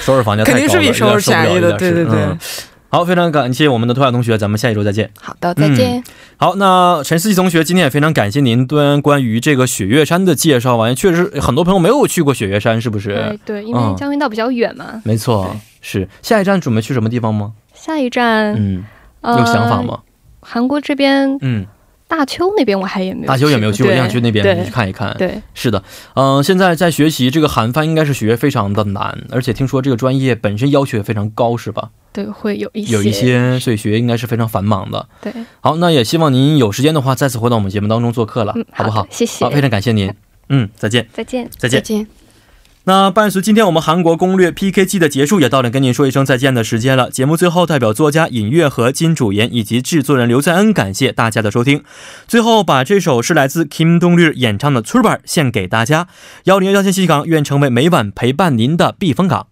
B: 首尔房价太高了，
C: 肯定是比首尔便宜
B: 有点受
C: 的
B: 不了
C: 对对对。
B: 有点是嗯好，非常感谢我们的托亚同学，咱们下一周再见。
C: 好的，再见。
B: 嗯好，那陈思琪同学，今天也非常感谢您对关于这个雪月山的介绍啊，确实很多朋友没有去过雪月山，是不是？
D: 哎对，因为
B: 嗯
D: 江原道比较远嘛。
B: 没错，是。下一站准备去什么地方吗？
D: 下一站，
B: 嗯，
D: 呃，
B: 有想法吗？
D: 韩国这边
B: 嗯，
D: 大邱那边我还也没有，
B: 大邱也没有去过，
D: 对
B: 想去那边去
D: 对
B: 看一看。
D: 对，
B: 是的，嗯、现在在学习这个韩翻，应该是学非常的难，而且听说这个专业本身要求也非常高，是吧？
D: 对，会有一些
B: 有一些所以学应该是非常繁忙的。
D: 对，嗯
B: 好，那也希望您有时间的话，再次回到我们节目当中做客了，
D: 嗯，
B: 好不好
D: 的？谢谢
B: 好，，非常感谢您。嗯，再见。
D: 再见。
B: 再见
C: 再见。
B: 那伴随今天我们韩国攻略 PK 季的结束，也到了跟您说一声再见的时间了。节目最后，代表作家尹月和金主妍以及制作人刘在恩，感谢大家的收听。最后，把这首是来自 Kim Dong r 演唱的《Turban》献给大家。幺零幺幺信息港，愿成为每晚陪伴您的避风港。